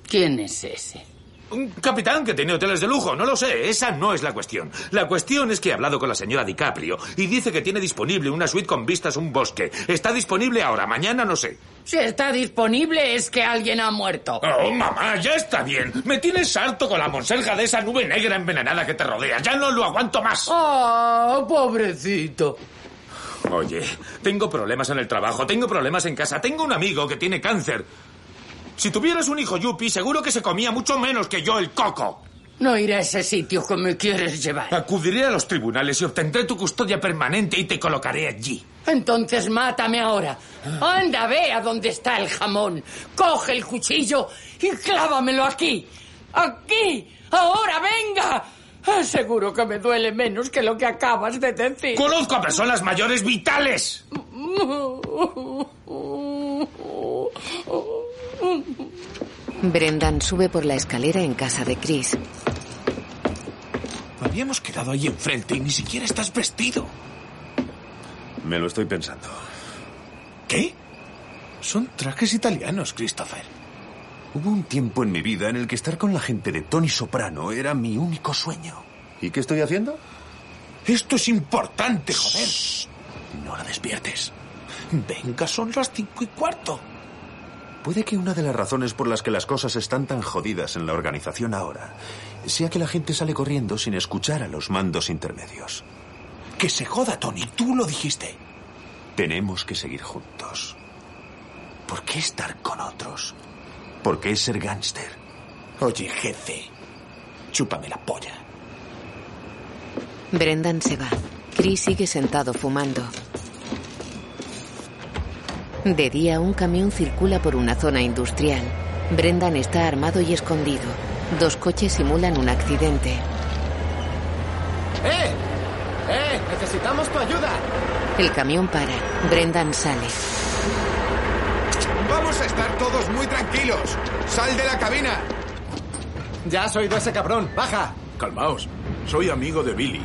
Speaker 13: ¿Quién es ese?
Speaker 4: Un capitán que tiene hoteles de lujo, no lo sé, esa no es la cuestión. La cuestión es que he hablado con la señora DiCaprio y dice que tiene disponible una suite con vistas a un bosque. Está disponible ahora, mañana no sé.
Speaker 13: Si está disponible es que alguien ha muerto.
Speaker 4: Oh, mamá, ya está bien. Me tienes harto con la monserga de esa nube negra envenenada que te rodea. Ya no lo aguanto más.
Speaker 13: Oh, pobrecito.
Speaker 4: Oye, tengo problemas en el trabajo, tengo problemas en casa, tengo un amigo que tiene cáncer. Si tuvieras un hijo yuppie, seguro que se comía mucho menos que yo el coco.
Speaker 13: No iré a ese sitio que me quieres llevar.
Speaker 4: Acudiré a los tribunales y obtendré tu custodia permanente y te colocaré allí.
Speaker 13: Entonces mátame ahora. Anda, ve a dónde está el jamón. Coge el cuchillo y clávamelo aquí. Aquí. Ahora, venga. Seguro que me duele menos que lo que acabas de decir. [laughs]
Speaker 4: Conozco a personas mayores vitales.
Speaker 2: Brendan sube por la escalera en casa de Chris.
Speaker 7: Habíamos quedado ahí enfrente y ni siquiera estás vestido.
Speaker 5: Me lo estoy pensando.
Speaker 7: ¿Qué? Son trajes italianos, Christopher.
Speaker 5: Hubo un tiempo en mi vida en el que estar con la gente de Tony Soprano era mi único sueño. ¿Y qué estoy haciendo?
Speaker 7: Esto es importante, joder. Shh, no la despiertes. Venga, son las cinco y cuarto.
Speaker 5: Puede que una de las razones por las que las cosas están tan jodidas en la organización ahora sea que la gente sale corriendo sin escuchar a los mandos intermedios.
Speaker 7: Que se joda, Tony, tú lo dijiste.
Speaker 5: Tenemos que seguir juntos. ¿Por qué estar con otros? ¿Por qué ser gángster?
Speaker 7: Oye, jefe, chúpame la polla.
Speaker 2: Brendan se va. Chris sigue sentado fumando. De día, un camión circula por una zona industrial. Brendan está armado y escondido. Dos coches simulan un accidente.
Speaker 30: ¡Eh! ¡Eh! ¡Necesitamos tu ayuda!
Speaker 2: El camión para. Brendan sale.
Speaker 30: Vamos a estar todos muy tranquilos. ¡Sal de la cabina! Ya has oído a ese cabrón. ¡Baja!
Speaker 6: Calmaos. Soy amigo de Billy.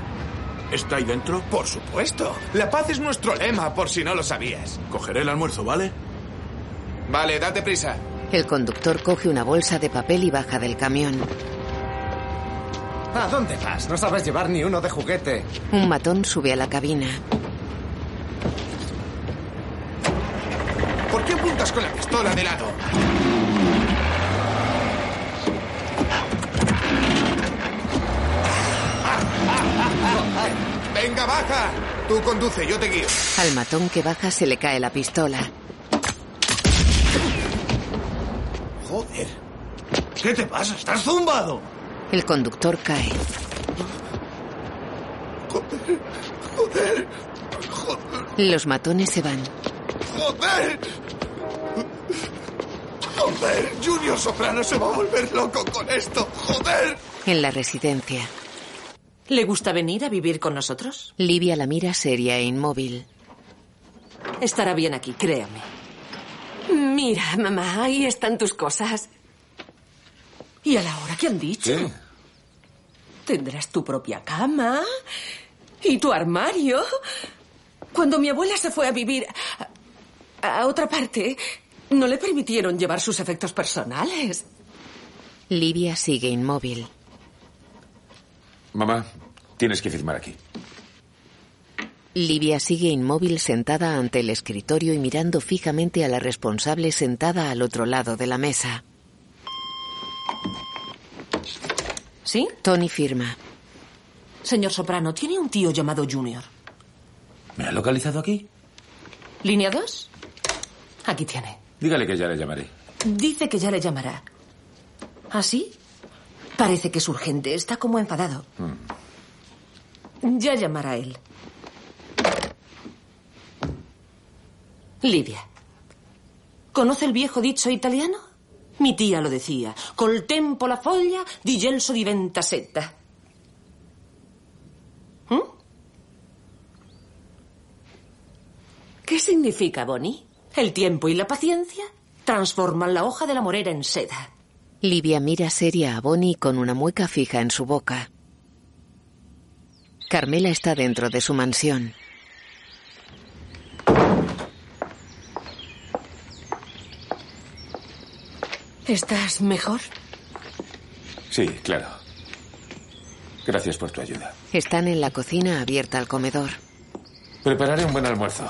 Speaker 6: ¿Está ahí dentro?
Speaker 7: Por supuesto. La paz es nuestro lema, por si no lo sabías.
Speaker 6: Cogeré el almuerzo, ¿vale?
Speaker 7: Vale, date prisa.
Speaker 2: El conductor coge una bolsa de papel y baja del camión.
Speaker 30: ¿A dónde vas? No sabes llevar ni uno de juguete.
Speaker 2: Un matón sube a la cabina.
Speaker 7: ¿Por qué apuntas con la pistola de lado?
Speaker 30: Venga, baja. Tú conduce, yo te guío.
Speaker 2: Al matón que baja se le cae la pistola.
Speaker 7: Joder. ¿Qué te pasa? ¿Estás zumbado?
Speaker 2: El conductor cae.
Speaker 7: Joder. Joder.
Speaker 2: Los matones se van.
Speaker 7: Joder. Joder. Junior Soprano se va a volver loco con esto. Joder.
Speaker 2: En la residencia.
Speaker 31: ¿Le gusta venir a vivir con nosotros?
Speaker 2: Livia la mira seria e inmóvil.
Speaker 31: Estará bien aquí, créame.
Speaker 9: Mira, mamá, ahí están tus cosas.
Speaker 31: ¿Y a la hora que han dicho?
Speaker 4: ¿Qué?
Speaker 31: Tendrás tu propia cama y tu armario Cuando mi abuela se fue a vivir a, a otra parte, no le permitieron llevar sus efectos personales.
Speaker 2: Livia sigue inmóvil.
Speaker 4: Mamá, tienes que firmar aquí.
Speaker 2: Livia sigue inmóvil sentada ante el escritorio y mirando fijamente a la responsable sentada al otro lado de la mesa.
Speaker 31: ¿Sí?
Speaker 2: Tony firma.
Speaker 31: Señor Soprano, tiene un tío llamado Junior.
Speaker 4: ¿Me ha localizado aquí?
Speaker 31: ¿Línea 2? Aquí tiene.
Speaker 4: Dígale que ya le llamaré.
Speaker 31: Dice que ya le llamará. ¿Así? Parece que es urgente. Está como enfadado.
Speaker 4: Mm.
Speaker 31: Ya llamará él. Lidia. ¿Conoce el viejo dicho italiano? Mi tía lo decía. Col tempo la foglia, di gelso diventa setta. ¿Mm? ¿Qué significa, Bonnie? El tiempo y la paciencia transforman la hoja de la morera en seda.
Speaker 2: Livia mira seria a Bonnie con una mueca fija en su boca. Carmela está dentro de su mansión.
Speaker 31: ¿Estás mejor?
Speaker 4: Sí, claro. Gracias por tu ayuda.
Speaker 2: Están en la cocina abierta al comedor.
Speaker 4: Prepararé un buen almuerzo.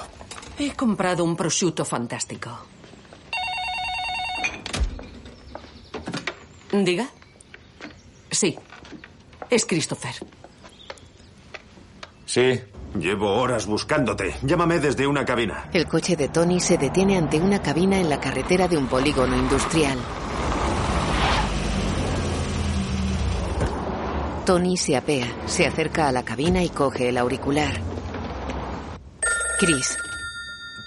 Speaker 31: He comprado un prosciutto fantástico. Diga. Sí. Es Christopher.
Speaker 4: Sí.
Speaker 5: Llevo horas buscándote. Llámame desde una cabina.
Speaker 2: El coche de Tony se detiene ante una cabina en la carretera de un polígono industrial. Tony se apea, se acerca a la cabina y coge el auricular. Chris,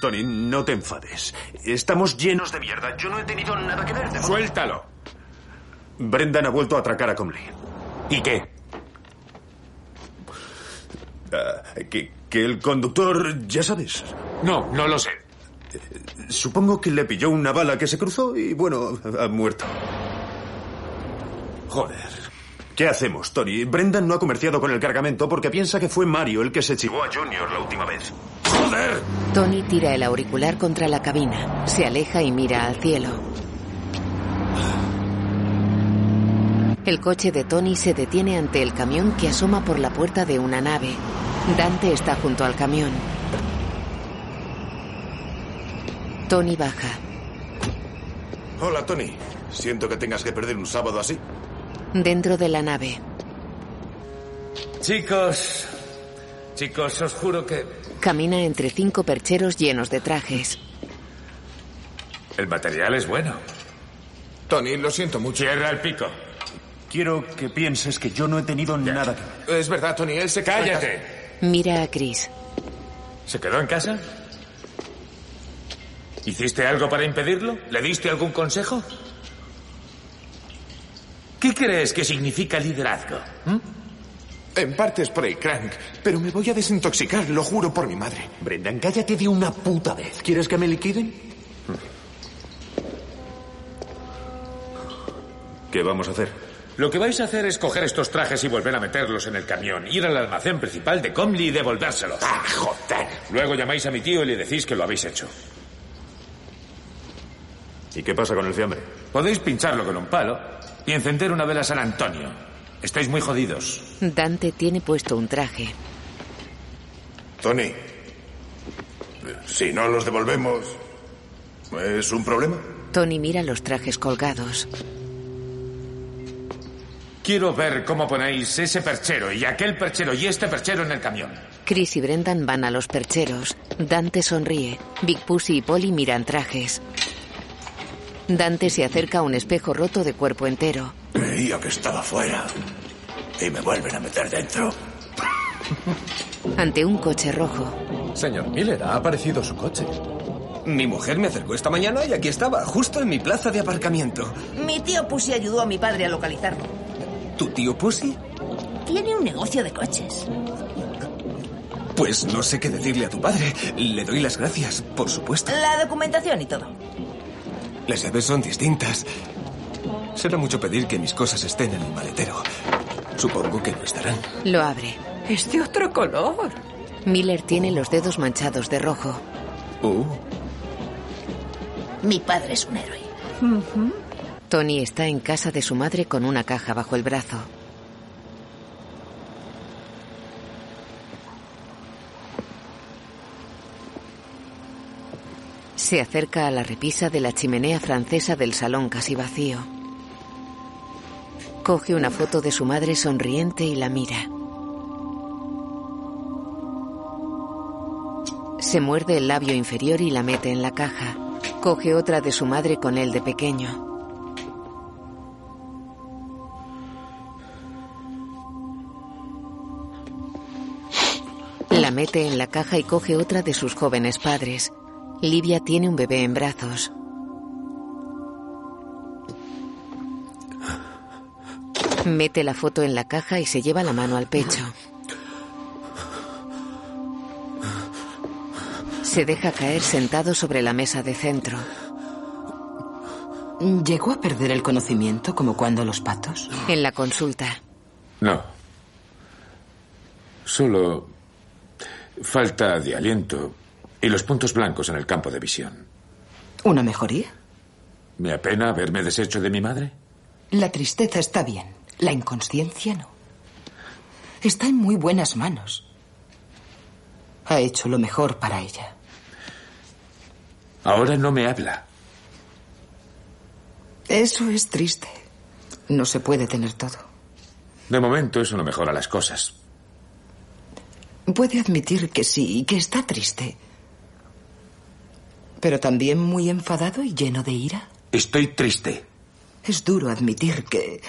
Speaker 5: Tony, no te enfades. Estamos llenos de mierda. Yo no he tenido nada que ver. Suéltalo. Brendan ha vuelto a atracar a Comley. ¿Y qué? Ah, que, que el conductor, ya sabes.
Speaker 4: No, no lo sé.
Speaker 5: Supongo que le pilló una bala que se cruzó y, bueno, ha muerto. Joder. ¿Qué hacemos, Tony? Brendan no ha comerciado con el cargamento porque piensa que fue Mario el que se chivó a Junior la última vez. ¡Joder!
Speaker 2: Tony tira el auricular contra la cabina, se aleja y mira al cielo. El coche de Tony se detiene ante el camión que asoma por la puerta de una nave. Dante está junto al camión. Tony baja.
Speaker 10: Hola, Tony. Siento que tengas que perder un sábado así.
Speaker 2: Dentro de la nave,
Speaker 4: Chicos, chicos, os juro que
Speaker 2: camina entre cinco percheros llenos de trajes.
Speaker 4: el material es bueno.
Speaker 1: Tony, lo siento mucho.
Speaker 4: Cierra el pico.
Speaker 5: Quiero que pienses que yo no he tenido nada que ver.
Speaker 1: Es verdad, Tony, él se queda en
Speaker 4: Cállate.
Speaker 1: casa.
Speaker 2: Mira a Chris.
Speaker 4: ¿Se quedó en casa? ¿Hiciste algo para impedirlo? ¿Le diste algún consejo? ¿Qué crees que significa liderazgo? ¿Mm?
Speaker 1: En parte es por el crank, pero me voy a desintoxicar, lo juro por mi madre.
Speaker 10: Brendan, cállate de una puta vez. ¿Quieres que me liquiden?
Speaker 5: ¿Qué vamos a hacer?
Speaker 4: Lo que vais a hacer es coger estos trajes y volver a meterlos en el camión, ir al almacén principal de Comley y devolvérselos. ¡Ah, joder! Luego llamáis a mi tío y le decís que lo habéis hecho.
Speaker 5: ¿Y qué pasa con el fiambre?
Speaker 4: Podéis pincharlo con un palo y encender una vela San Antonio. Estáis muy jodidos.
Speaker 2: Dante tiene puesto un traje.
Speaker 10: Tony, si no los devolvemos, ¿es un problema?
Speaker 2: Tony mira los trajes colgados.
Speaker 4: Quiero ver cómo ponéis ese perchero y aquel perchero y este perchero en el camión.
Speaker 2: Chris y Brendan van a los percheros. Dante sonríe. Big Pussy y Polly miran trajes. Dante se acerca a un espejo roto de cuerpo entero.
Speaker 10: Creía que estaba fuera. Y me vuelven a meter dentro.
Speaker 2: Ante un coche rojo,
Speaker 14: Señor Miller, ha aparecido su coche. Mi mujer me acercó esta mañana y aquí estaba, justo en mi plaza de aparcamiento.
Speaker 32: Mi tío Pussy ayudó a mi padre a localizarlo.
Speaker 14: ¿Tu tío Pussy?
Speaker 32: Tiene un negocio de coches.
Speaker 14: Pues no sé qué decirle a tu padre. Le doy las gracias, por supuesto.
Speaker 32: La documentación y todo.
Speaker 14: Las llaves son distintas. Será mucho pedir que mis cosas estén en el maletero. Supongo que no estarán.
Speaker 2: lo abre.
Speaker 31: Es de otro este color.
Speaker 13: Miller tiene los dedos manchados de rojo.
Speaker 33: Mi padre es un héroe.
Speaker 13: Tony está en casa de su madre con una caja bajo el brazo. Se acerca a la repisa de la chimenea francesa del salón casi vacío. Coge una foto de su madre sonriente y la mira. Se muerde el labio inferior y la mete en la caja. Coge otra de su madre con él de pequeño. La mete en la caja y coge otra de sus jóvenes padres. Livia tiene un bebé en brazos. Mete la foto en la caja y se lleva la mano al pecho. Se deja caer sentado sobre la mesa de centro.
Speaker 2: ¿Llegó a perder el conocimiento como cuando los patos?
Speaker 13: En la consulta,
Speaker 4: No. Solo falta de aliento y los puntos blancos en el campo de visión.
Speaker 2: ¿Una mejoría?
Speaker 4: ¿Me apena haberme deshecho de mi madre?
Speaker 2: La tristeza está bien, la inconsciencia no. Está en muy buenas manos. Ha hecho lo mejor para ella.
Speaker 4: Ahora no me habla.
Speaker 2: Eso es triste. No se puede tener todo.
Speaker 4: De momento eso no mejora las cosas.
Speaker 2: Puede admitir que sí, que está triste. Pero también muy enfadado y lleno de ira.
Speaker 4: Estoy triste.
Speaker 2: Es duro admitir que...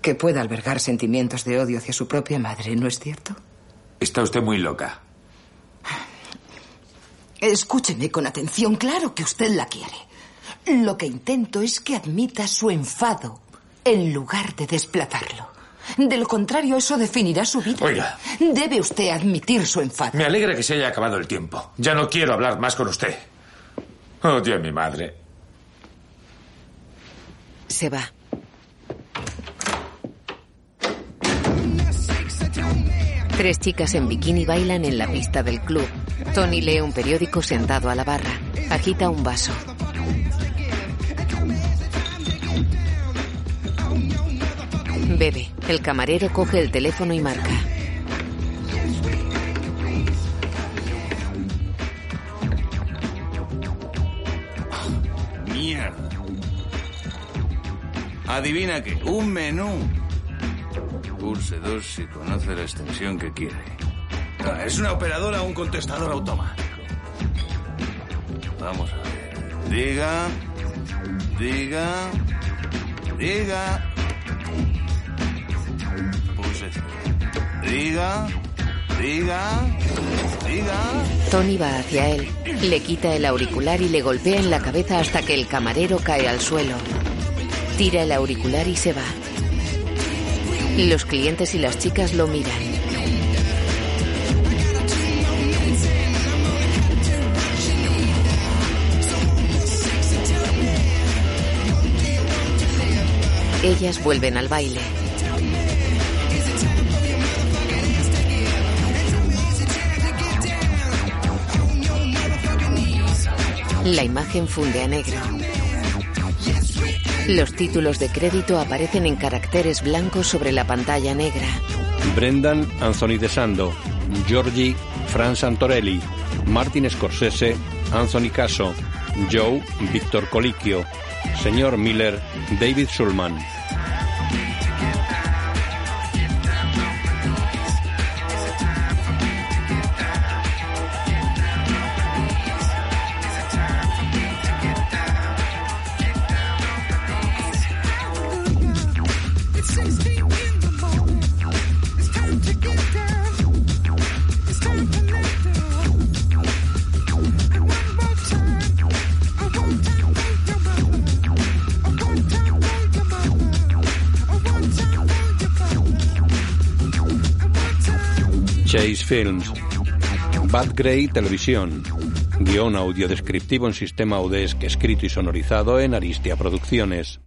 Speaker 2: que pueda albergar sentimientos de odio hacia su propia madre, ¿no es cierto?
Speaker 4: Está usted muy loca.
Speaker 2: Escúcheme con atención, claro que usted la quiere. Lo que intento es que admita su enfado en lugar de desplazarlo. De lo contrario, eso definirá su vida.
Speaker 4: Oiga.
Speaker 2: Debe usted admitir su enfado.
Speaker 4: Me alegra que se haya acabado el tiempo. Ya no quiero hablar más con usted. Odio a mi madre.
Speaker 13: se va. Tres chicas en bikini bailan en la pista del club. Tony lee un periódico sentado a la barra. Agita un vaso. Bebe. El camarero coge el teléfono y marca.
Speaker 34: Mierda. Adivina qué, un menú. Pulse 2 si conoce la extensión que quiere. No, es una operadora o un contestador automático. Vamos a ver. Diga, diga, diga. Pulse cinco. Diga, diga, diga.
Speaker 13: Tony va hacia él. Le quita el auricular y le golpea en la cabeza hasta que el camarero cae al suelo. Tira el auricular y se va. Los clientes y las chicas lo miran. Ellas vuelven al baile. La imagen funde a negro. Los títulos de crédito aparecen en caracteres blancos sobre la pantalla negra.
Speaker 1: Brendan Anthony De Sando, Giorgi Fran Santorelli, Martin Scorsese, Anthony Caso, Joe Víctor Colicchio, Señor Miller, David Schulman. Chase Films, Bad Grey Televisión, E guión audiodescriptivo en sistema UDESC escrito y sonorizado en Aristia Producciones.